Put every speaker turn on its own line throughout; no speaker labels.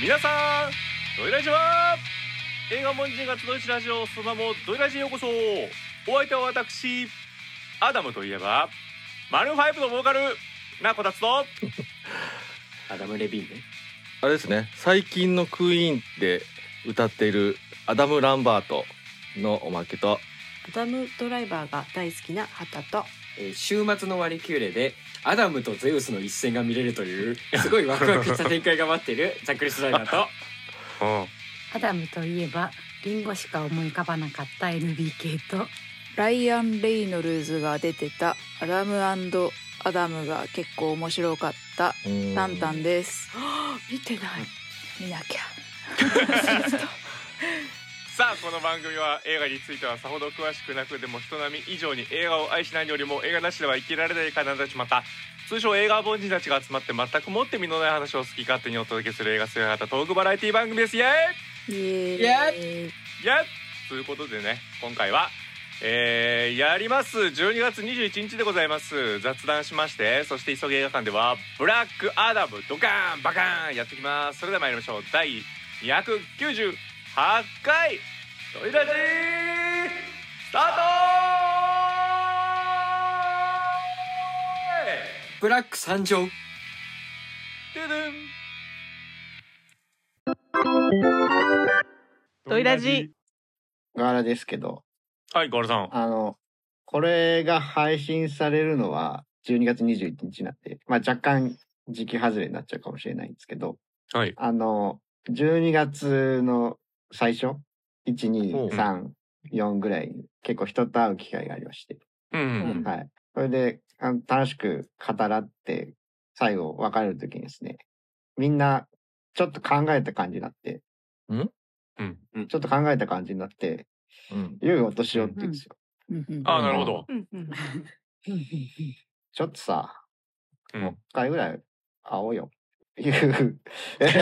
皆さんドイラジは映画文人が集いしラジオその名もドイラジへようこそお相手は私アダムといえばマルーンファイブのボーカルなこたつと
アダム・レビーンね。
あれですね最近のクイーンで歌っているアダム・ランバートのおまけと
アダムドライバーが大好きな畑と
えー週末の割り切れでアダムとゼウスの一戦が見れるというすごいワクワクした展開が待っているザックリス・ライナーと
アダムといえばリンゴしか思い浮かばなかった NBK と
ライアン・レイノルズが出てた「アダムアダム」が結構面白かった
うーん
タンタンです
見てない
見なきゃ
さあこの番組は映画についてはさほど詳しくなくでも人並み以上に映画を愛しないよりも映画なしでは生きられない方たちまた通称映画凡人たちが集まって全くもって身のない話を好き勝手にお届けする映画姿型トークバラエティ番組ですイエーイ
イエーイ
いやということでね今回は、えーやります12月21日でございます雑談しましてそして急げ映画館では「ブラックアダムドカーンバカーン」やってきますそれでは参りましょう第298回「トイラジー」スタート
ブラック参 上
ドゥドゥン
ドイラジ
柄ですけど、
はいガールさん
あの、これが配信されるのは12月21日なんで、まあ若干時期外れになっちゃうかもしれないんですけど、
はい
あの、12月の最初、1、
おう
2、3、4ぐらいに結構人と会う機会がありまして、
うんうん
はい。それで、あの楽しく語らって、最後別れるときにですね、みんなちょっと考えた感じになって、
うん
ちょっと考えた感じになって、
うん
良いお年をって言うんですよ。
ああなるほど
うんうん
ちょっとさ、
うん
もう一回ぐらい会おうよ。いう寂し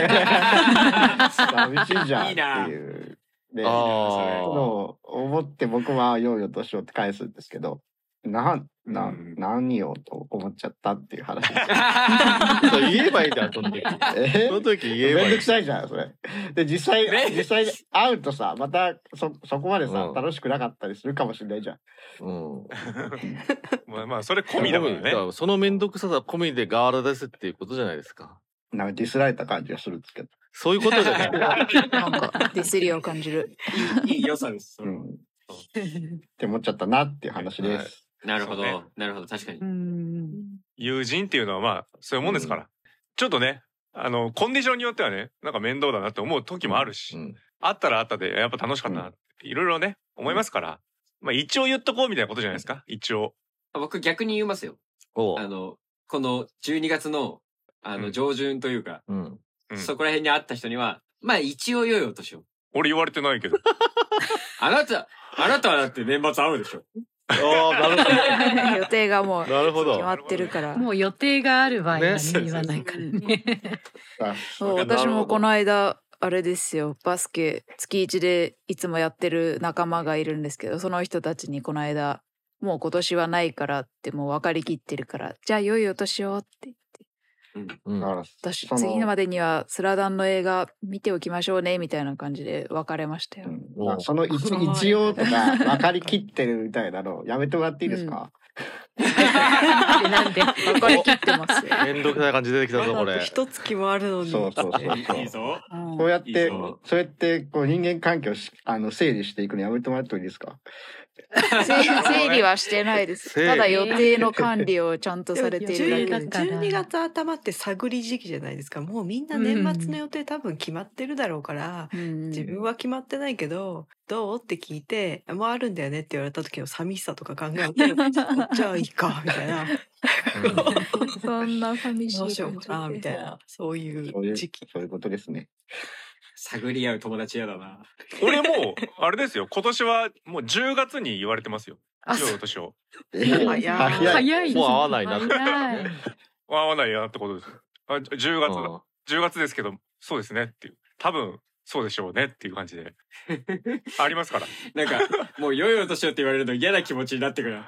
いじゃんっていう。で、
あ
のを思って僕はようよとしようって返すんですけど、な、な、
うん
何よと思っちゃったっていう話。
あそう言えばいいじゃんその 時
え
その時言えば
めん
い
ど
い
くさいじゃん、それ。で、実際
め、
実際に会うとさ、またそ、そこまでさ
う、ん
楽しくなかったりするかもしれないじゃん。
うん
まあまあそれ込みだもんね
からその面倒くささ込みでガーラですっていうことじゃないですか
なんかディスられた感じがするんですけど。
そういうことじゃな い
なんかディスりを感じ る
いい良さです
うん。って思っちゃったなっていう話です。
はい
なるほど、
そうね
なるほど確かに
友人っていうのはまあそういうもんですから、ちょっとねあのコンディションによってはねなんか面倒だなって思う時もあるし、
うん
あったらあったでやっぱ楽しかったなっていろいろね思いますから、まあ一応言っとこうみたいなことじゃないですか一応
僕逆に言いますよ
おう
あのこの12月のあ
う
の
ん
上旬というか、
うん
うん
そこら辺に会った人にはまあ一応良いお年を
俺言われてないけど
あなたあなたはだって年末会うでしょ
あーなる
予定がも う
なるほ
決
ど
まってるから
もう予定がある場合はね
ね
言わないからね。
あ
そう私もこの間あれですよバスケ月一でいつもやってる仲間がいるんですけどその人たちにこの間もう今年はないからってもう分かりきってるからじゃあ良いお年をって言って
うん
だから
私
その
次のまでにはスラダンの映画見ておきましょうねみたいな感じで別れましたよ、
うんまあその一一応と か分かりきってるみたいなのやめてもらっていいですか、
で なんで
分かりきってますよ
面倒くさい感じ出てきたぞこ
あと
れ
一月もあるのに
そうそうそう
いい
そう
ぞ
こうやっ
いい
て
ぞ
そうやってこう人間関係をしあの整理していくのやめてもらってもいいですか
整理整理はしてないです
整理
ただ予定の管理をちゃんとされているだけ
いやいや
で
から
12月頭って探り時期じゃないですかもうみんな年末の予定多分決まってるだろうから、
うん
自分は決まってないけどどうって聞いてもうあるんだよねって言われた時の寂しさとか考えてじゃあいいかみたいな
そんな寂しい
ど
感
う
じ
し
で
ようかなみたいなそうい
そういう
う時期
そういうことですね
探り合う友達嫌だな
俺もうあれですよ今年はもう10月に言われてますよ
あ
一応年を
早い
早い
早い
もう会わないなって
早い
合わないやってことですあじ10月だ10月ですけどそうですねっていう多分そうでしょうねっていう感じでありますから
なんかもう良いお年をって言われると嫌な気持ちになってくる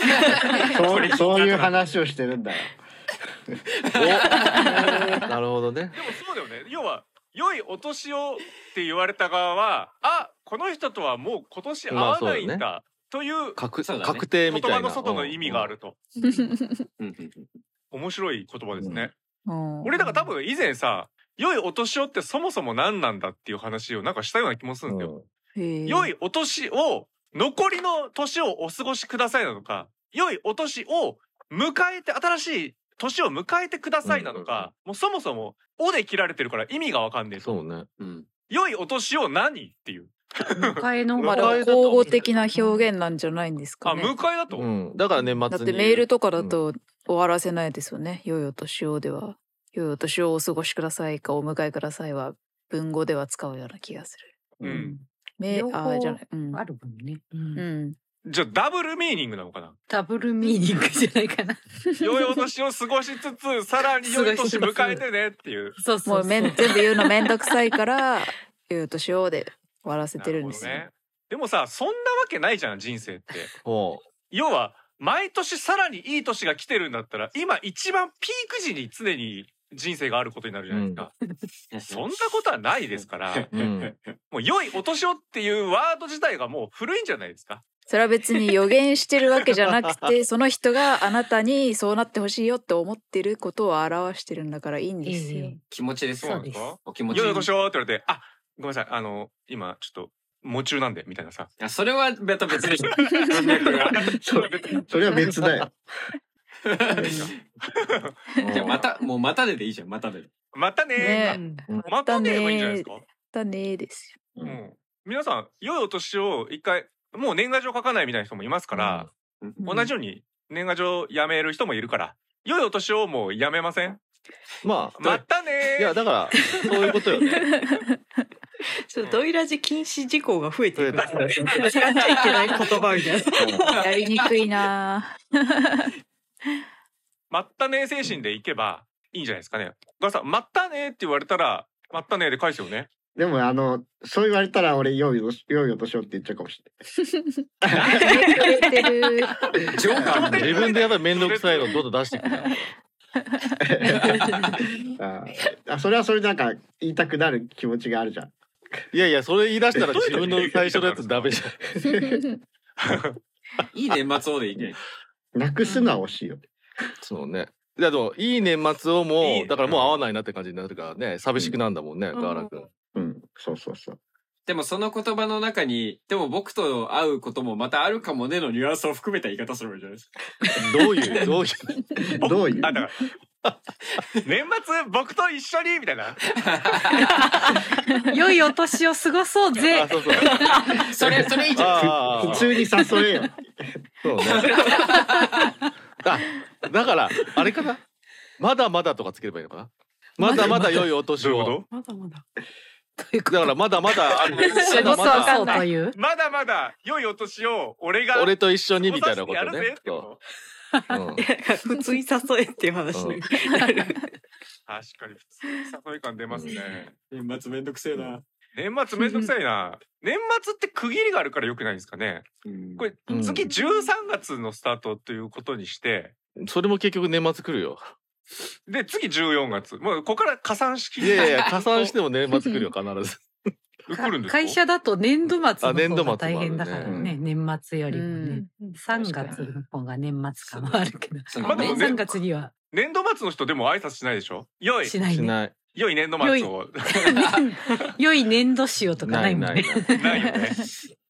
そうそういう話をしてるんだよ
おなるほどね
でもそうだよね要は良いお年をって言われた側はあこの人とはもう今年会
まあ
わ
そうだ
ない
ね
んだ、という
確
そうだね
確定
言
みたいな
葉の外の意味があると、
うんうん
面白い言葉ですね、
うん
俺だから多分以前さ良いお年をってそもそも何なんだっていう話をなんかしたような気もす
う
るん
ん
だ
う
よ、
ん
良いお年を残りの年をお過ごしくださいなのか良いお年を迎えて新しい年を迎えてくださいなのか、
うんうんうん
もうそもそも「お」で切られてるから意味がわかんねえと
そうね
うん
良いお年を何っていう
迎えの
まあ
丸
迎
だか
を
ら
えだと
口語的な表現なんじゃないんです
あ
かね
迎えだと、
うんだから年
だ
末
っ
に
てメールとかだと終わらせないですよね。良いお年をでは。良いお年をお過ごしくださいかお迎えくださいは文語では使うような気がす
う
る。
ん
め
両方
あじゃない。うん。
あるもんね、うん
うん。
じゃあダブルミーニングなのかな
ダブルミーニングじゃないかな
良いお年を過ごしつつさらに良い年迎えてねっていう
そうそ
も
う
う
そ
め
うん
全部言うのめんどくさいから良いお年をで終わらせてるんですよ
な。ほどねでもさそんなわけないじゃん人生って
ほ
要は毎年さらにいい年が来てるんだったら今一番ピーク時に常に人生があることになるじゃないですか、そんなことは ないですから
ううん
もう良いお年をっていうワード自体がもう古いんじゃないですか
それは別に予言してるわけじゃなくてその人があなたにそうなってほしいよって思ってることを表してるんだからいいんですよ。
ええ
気持ちです
そうなん
う
で
ですす
か
お気持ち
良いお年をって言われてあごめんなさいあの今ちょっと夢中なんでみたいなさ
あそれはまた別 でしょ文脈が
それは別だよ。
じゃあまたもうまたででいいじゃんまたでで
またねー
ね
かまたねーがいいんじゃないですか
だねーですよ。
うん皆さん良いお年を一回もう年賀状書かないみたいな人もいますから、同じように年賀状やめる人もいるから良いお年をもうやめません
まあ
またねー
いやだからそういうことよ ね
ちょっとドイラジ禁止事項が増えてる。 使っちゃいけない言葉みたいな。
やりにくいな
まったねー精神でいけばいいんじゃないですかね。がさ、まったねーって言われたら、まったねーで返すよね。
でもあのそう言われたら俺良いお良いお年をって言っちゃうかもし
ぁ。ひねくれてる。
ジョーカーみたい
自分でやっぱり面倒くさいのどんどん出してく るから
れない。ああそれはそれでなんか言いたくなる気持ちがあるじゃん。
いやいやそれ言い出したら自分の最初のやつダメじゃん
いい年末をでいいね
なくすのは惜しいよ。
そうね。いやでもいい年末をもう
いい
だからもう会わないなって感じになるからね寂しくなんだもんね、ガーラ君。
うん、そうそうそう。
でもその言葉の中にでも僕と会うこともまたあるかもねのニュアンスを含めた言い方するわけじゃないですか
ど ういうどういう
どういう
あ、だ から。年末僕と一緒にみたいな。
良いお年を過ごそうぜ
あそうそう。
それそれいいじゃん
あーあーあ
普
ー
通に誘えよ。
そう ね。あだからあれかな。まだまだとかつければいいのかな。まだまだ良いお年
どういう
を。
こ
まだまだ。
だからまだまだある。
過ご
まだ ま
そう
だ
そうという
とまだまだ良いお年を俺が。
俺と一緒にみたいなこと
お指してやるぜ
ね
っ。てこと
そううん
普通に誘えっていう話に。
確かに、誘い感出ますね。
年末めんどくせえな
年末めんどくさいな。年末って区切りがあるから良くないですかね。これ、
うん
次13月のスタートということにして、
それも結局年末来るよ。
で、次14月。もう、ここから加算式。
いや いや加算しても年末来る よ必ず。
来るんですか
会社だと年度末
あ年
の
度
方が
末
大
もあるね
変だからね年末よりもね、三3月の方が年末感はあるけど
そう
まあでもね
3月には
年度末の人でも挨拶しないでしょ良い、
しない
し
ね
ない。
良い年度末を。
良い年度仕様とか
な
ない
い
もん
な
ね
い。ない
ないよね。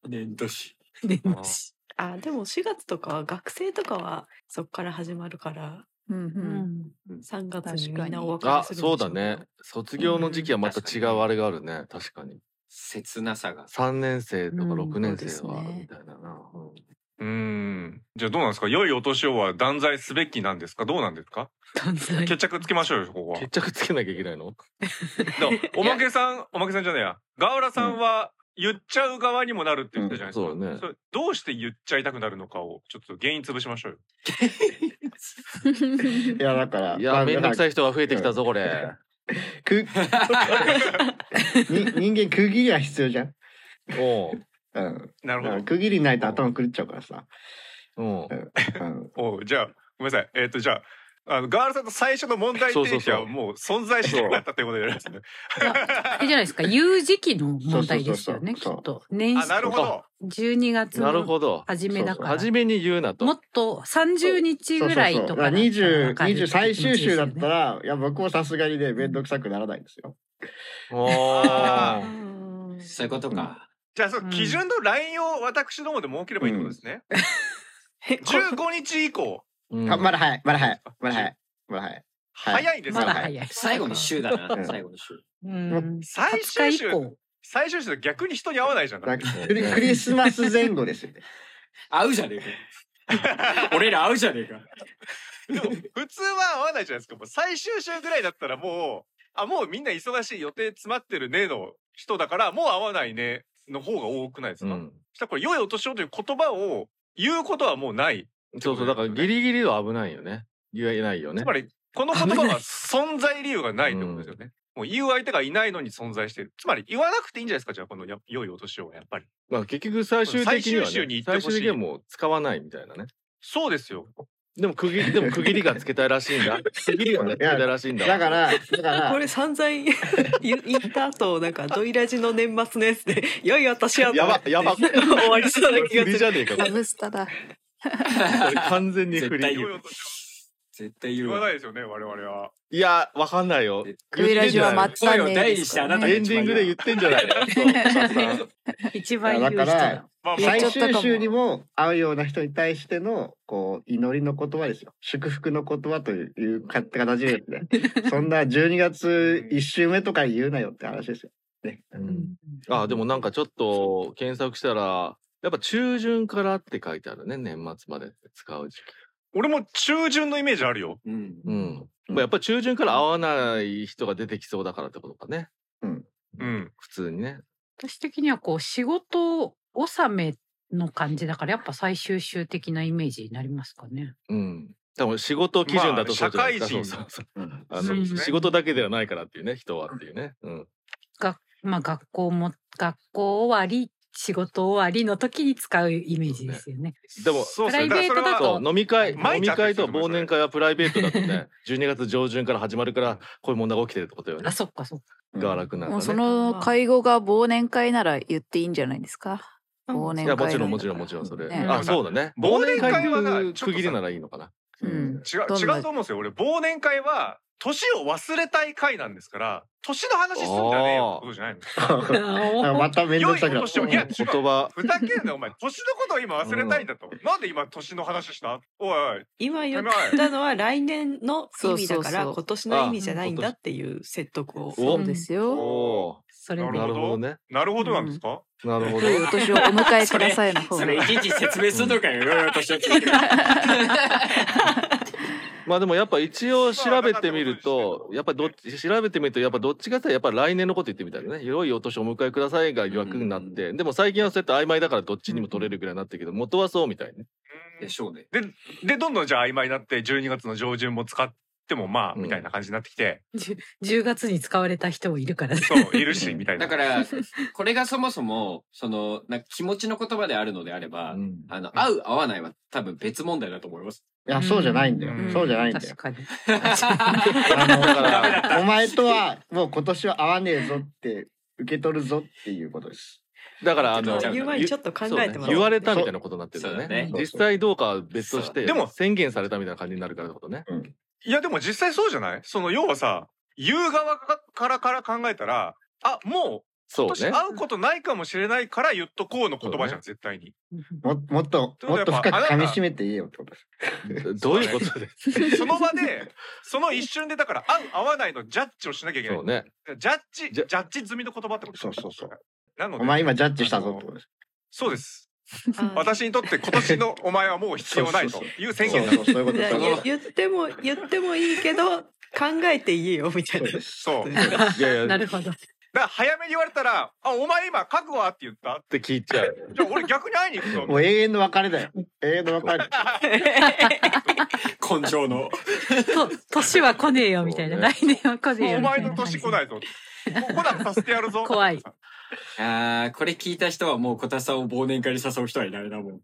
年度始
年度仕
あ、でも4月とかは学生とかはそこから始まるから、
うん
う
うん
ん
3月にみんなお別れ
あ
するんでしょ
そうだね。卒業の時期はまた違うあれがあるね確かに
切なさが
3年生とか
うん
6年生
そう
は
ですね
みたいなな、うん
うーん。じゃあどうなんですか良いお年をは断罪すべきなんですかどうなんですか
どんな
決着つけましょうよ、ここは。
決着つけなきゃいけないの
でもおまけさん、おまけさんじゃないや。ガオラさんは言っちゃう側にもなるって言ったじゃないですか。
うんそうね
れどうして言っちゃいたくなるのかを、ちょっと原因潰しましょうよ。
いやだから。
い
ま
や
あ
めんどくさい人が増えてきたぞこ れ。
くに人間区切りは必要じゃん。
お
うん。
な
だか
る
ら区切りないと頭狂っちゃうからさ。
ううん
うん。
ほど。おうじゃあ、ごめんなさい。えっ、と、じゃあ、あのガールさんと最初の問題提起
そ
は
うそうそう
もう存在しなかったということになりますね。
あれじゃないですか。有時期の問題ですよね、き
そうそう
っ
そ
と。年
あなるほど。
12月
なる
の
ほど
初めだから。
初めに言うなと
もっと30日ぐらいとかだったら
二十
わかる
二十最終週だった
って
ら、いや僕もさすがにね面倒くさくならないんですよ。
お
あ
ー
そういうことか。
じゃあその
うん
基準のラインを私どもで設ければいいってことですね。15日以降
うん
あまだ早いまだ早いまだ早いまだ早い。はい
早いです
ま
よ
だ
ね。
早い。
最後の週だ
う
な、
ん
最後の週。
うん。
最
20
終
日以
週
降。
最終週で逆に人に会わないじゃん。だっ
だ
て
クリクリスマス前後ですよね。
合うじゃねえ か。俺ら合うじゃねえ
で
か。
も普通は会わないじゃないですか。もう最終週ぐらいだったらもうあもうみんな忙しい予定詰まってるねの人だからもう会わないねの方が多くないです
う
か。
ん
そしたらこれ良いお年をという言葉を言うことはもうない。
そうそうだからギリギリは危ないよね言えないよね
つまりこの言葉は存在理由がないってことですよね。もう言う相手がいないのに存在してる。つまり言わなくていいんじゃないですか。じゃあこのや良いお年をやっぱり。
まあ結局最終的には、ね、
最終週に行ってほ
最
しい
終的にはもう使わないみたいなね
そうですよ。
でも区切 りでも区切りがつけたいらしいんだ区切りがねつけたいらしいんだ
だからだか
こ
ら
れ散々 言った後なんかドイラジの年末のやつで 「良い私や」と
や
か
ばやば
終わりそうな
振
気が
り
す
じ
る
ゃねえかこ
ラブスターだ。
れ完全に振
絶対
り
言
良いうお年を
絶対
言
言う
わ
わ
ないですよね。我々は。
いやわかんないよ
クイラジは
言
ま
ってん
っ
じ
た
声を
ね
大
で
にし
す
て
か
あなた
ら
が
ゃないエ
ね。
ンディングで言ってんじゃな いのそう
一番言う人
いやだ
だ
か。
まあまあ
最
言っちゃった
終
かも
週にも会うような人に対してのこう祈りの言葉ですよ祝福の言葉といういうか形でですねそんな12月1週目とかに言うなよって話ですよ。ね、
うんあでもなんかちょっと検索したらやっぱ中旬からって書いてあるね年末までって使う時期
俺も中旬のイメージあるよ。
うん
うん、まあ、やっぱり中旬から会わない人が出てきそうだからってことかね
うん。
普通にね
私的にはこう仕事納めの感じだからやっぱ最終週的なイメージになりますかね。
うん多分仕事基準だとそうじゃないですか、
まあ
そうそうそう
うん
あ
そう
の
ですね
仕事だけではないからっていうね人はっていうね、うん、
がまあ学校も学校終わり仕事終わりの時に使うイメージですよね。
でも
そう
プライベートだと
からそれは
そう飲み会
毎日
飲み会と
会ってる人もいる
忘年会はプライベートだ とね12月上旬から始まるからこういう問題が起きてるってことよね
あそっかそっか。
が楽なん
もう
か
そ
ね
の会合が忘年会なら言っていいんじゃないですか。忘
い
年
や
会
もちろんもちろんもちろんそれ、
ね
あそうだね
忘年会はな
忘年会区切りならいいのかな
うん。
違う
どんな
違うと思うんですよ俺忘年会は年を忘れたい会なんですから年の話すんじゃねえよってことじゃないの
また面倒
良
く
い
さくな
お
る
年をいや違う
言葉
ふざけんなよお前年のことを今忘れたいんだと、なんで今年の話したおいおい
今
て
言っ
めえ
たのは来年の意味だか
そうそう
ら
そう
今年の意味じゃないんだっていう説得を
そうです
お
よ。
お
それ
な
ー
るほど
なるほどね
なるほどなんですか、
なるほど
良いお年をお迎えくださいの
そ
方が。
れいちいち説明するのかよ、いろいろとして
まあでもやっぱ一応調べてみるとやっぱどっち調べてみるとやっぱどっちかってやっぱ来年のこと言ってみたいなね「良いお年をお迎えください」が逆になって、でも最近はそうやって曖昧だからどっちにも取れるぐらいになってるけど元はそうみたいね
うん
でしょうね。
でどんどんじゃあ曖昧になって12月の上旬も使ってもまあ、
うん
みたいな感じになってきて
10月に使われた人もいるからね。
そういるしみたいな
だから、これがそもそも、その、なんか気持ちの言葉であるのであれば、
うん
あの、合う合わないは多分別問題だと思い ます。
いやそうじゃないんだよ、
うん
そうじゃないんだよ
確。かに。
あの
ダメ
お前とはもう今年は会わねえぞって受け取るぞっていうことです。
だからあ
ちょっ
の
と
言う前にちょっと考えてもらおう
そうね言われたみたいなことになってるよ
そうだ
ね
ね
実際どうかは別として
でも
宣言されたみたいな感じになるからってことね
いやでも実際そうじゃないその要はさ言う側からから考えたらあもう
そう
今
ね
年会うことないかもしれないから言っとこうの言葉じゃん、絶対に。
ももっと
ということは
もっと
やっ
深
ぱ
く噛み締めて言えよってことです。
どういうことで
その場で、その一瞬でだから合う合わないのジャッジをしなきゃいけない。
そうね
ジャッジ、ジ
じ
ャ
ゃ
ッジ済みの言葉ってこと
そうそうそう。
なので、
お前今ジャッジしたぞってことです。
そうです。
あー
私にとって今年のお前はもう必要ないという宣言だ。
そうそうそういうこと
じゃあ
そういうこと
言言っても言ってもいいけど考えて言えよみたいな
そう。です。
そう。だか
いやいや
な
っ
るほど。
ら早めに言われたら、あ、お前今覚悟はって言った
て聞いちゃう
じゃあ俺逆に会いに行くぞ。
もう永遠の別れだよ。永遠の別れ。
根性の。
と年は来ねえよみたいな。
そうね
来年は来ねえ
もう
よ
お前
みたいな
の
感
年
じ。
来ないぞ。もう来なくさせてやるぞ。
怖い。
ああ、これ 聞いた人はもう小田さんを忘年会に誘う人はいないな、もう。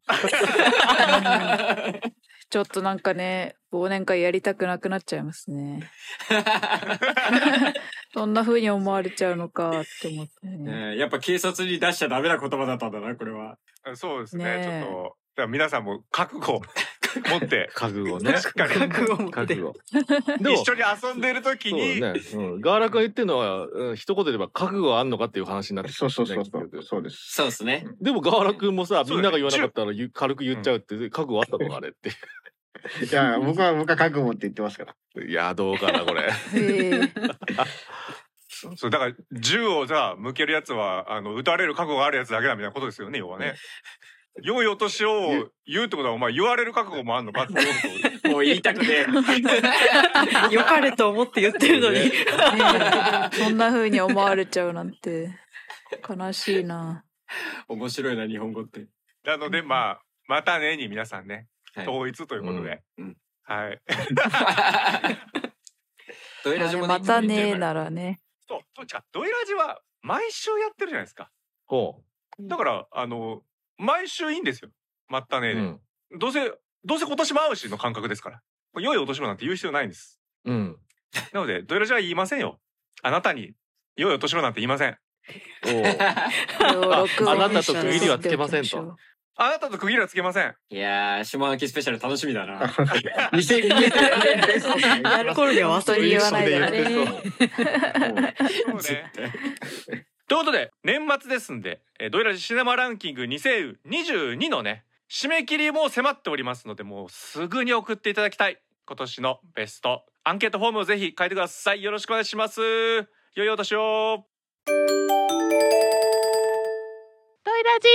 ちょっとなんかね、忘年会やりたくなくなっちゃいますね。そんな風に思われちゃうのかって思ってね。
ねやっぱ警察に出しちゃダメな言葉だったんだなこれは
そうですね
ねえ
ちょっとだから皆さんも覚悟を持 って
覚悟ね
しっかり
覚悟を持っ
覚
て
悟でも
一緒に遊んでる時
そう
に、
だね、うん、ガーラ君が言ってるのは、うん、一言で言えば覚悟はあんのかっていう話になってく
そ
る
う
ね
そうそうそ
結
う。
局
そうです。
そうですね
でもガーラ君も
そう
さ、
だね
みんなが言わなかったらゆ軽く言っちゃうって、覚悟あったのかあれって
いや、僕は、僕は覚悟って言ってます から。
いやどうかなこれ
ええ
そうだから銃をじゃあ向けるやつはあの撃たれる覚悟があるやつだけだみたいなことですよね要はね。良いお年を言うってことはお前言われる覚悟もあんのかってこと
もう言いたくて
良かれと思って言ってるのに。
そんな風に思われちゃうなんて、悲しいな。
面白いな日本語 って
なのでまあまたねに皆さんね
はい
統一ということで
うんうん。
はい。
ドイ
ま
ラ
あ
ジ
ね
もね
またねならね。
そうどっちかドイラジは毎週やってるじゃないですか。
ほ
だからあの毎週いいんですよ。まった
う、
ね
う
で、
ん
どうせどうせ今年も会うしの感覚ですから。良いお年もなんて言う必要ないんです。
うん、
なのでドイラジは言いませんよ。あなたに良いお年もなんて言いません。
おう
これを録
あ
音
なたと
して
区切り
はつけませんと
あなたと区切りはつけません。
いやー下書きスペシャル楽しみだ な
2020
やる頃には忘れて
言わないだろう
ね。
そうね。 ということで年末ですんで、えードイラジシネマランキング2022のね締め切りも迫っておりますのでもうすぐに送っていただきたい今年のベストアンケートフォームをぜひ書いてくださいよろしくお願いします良いお年を
トイラジ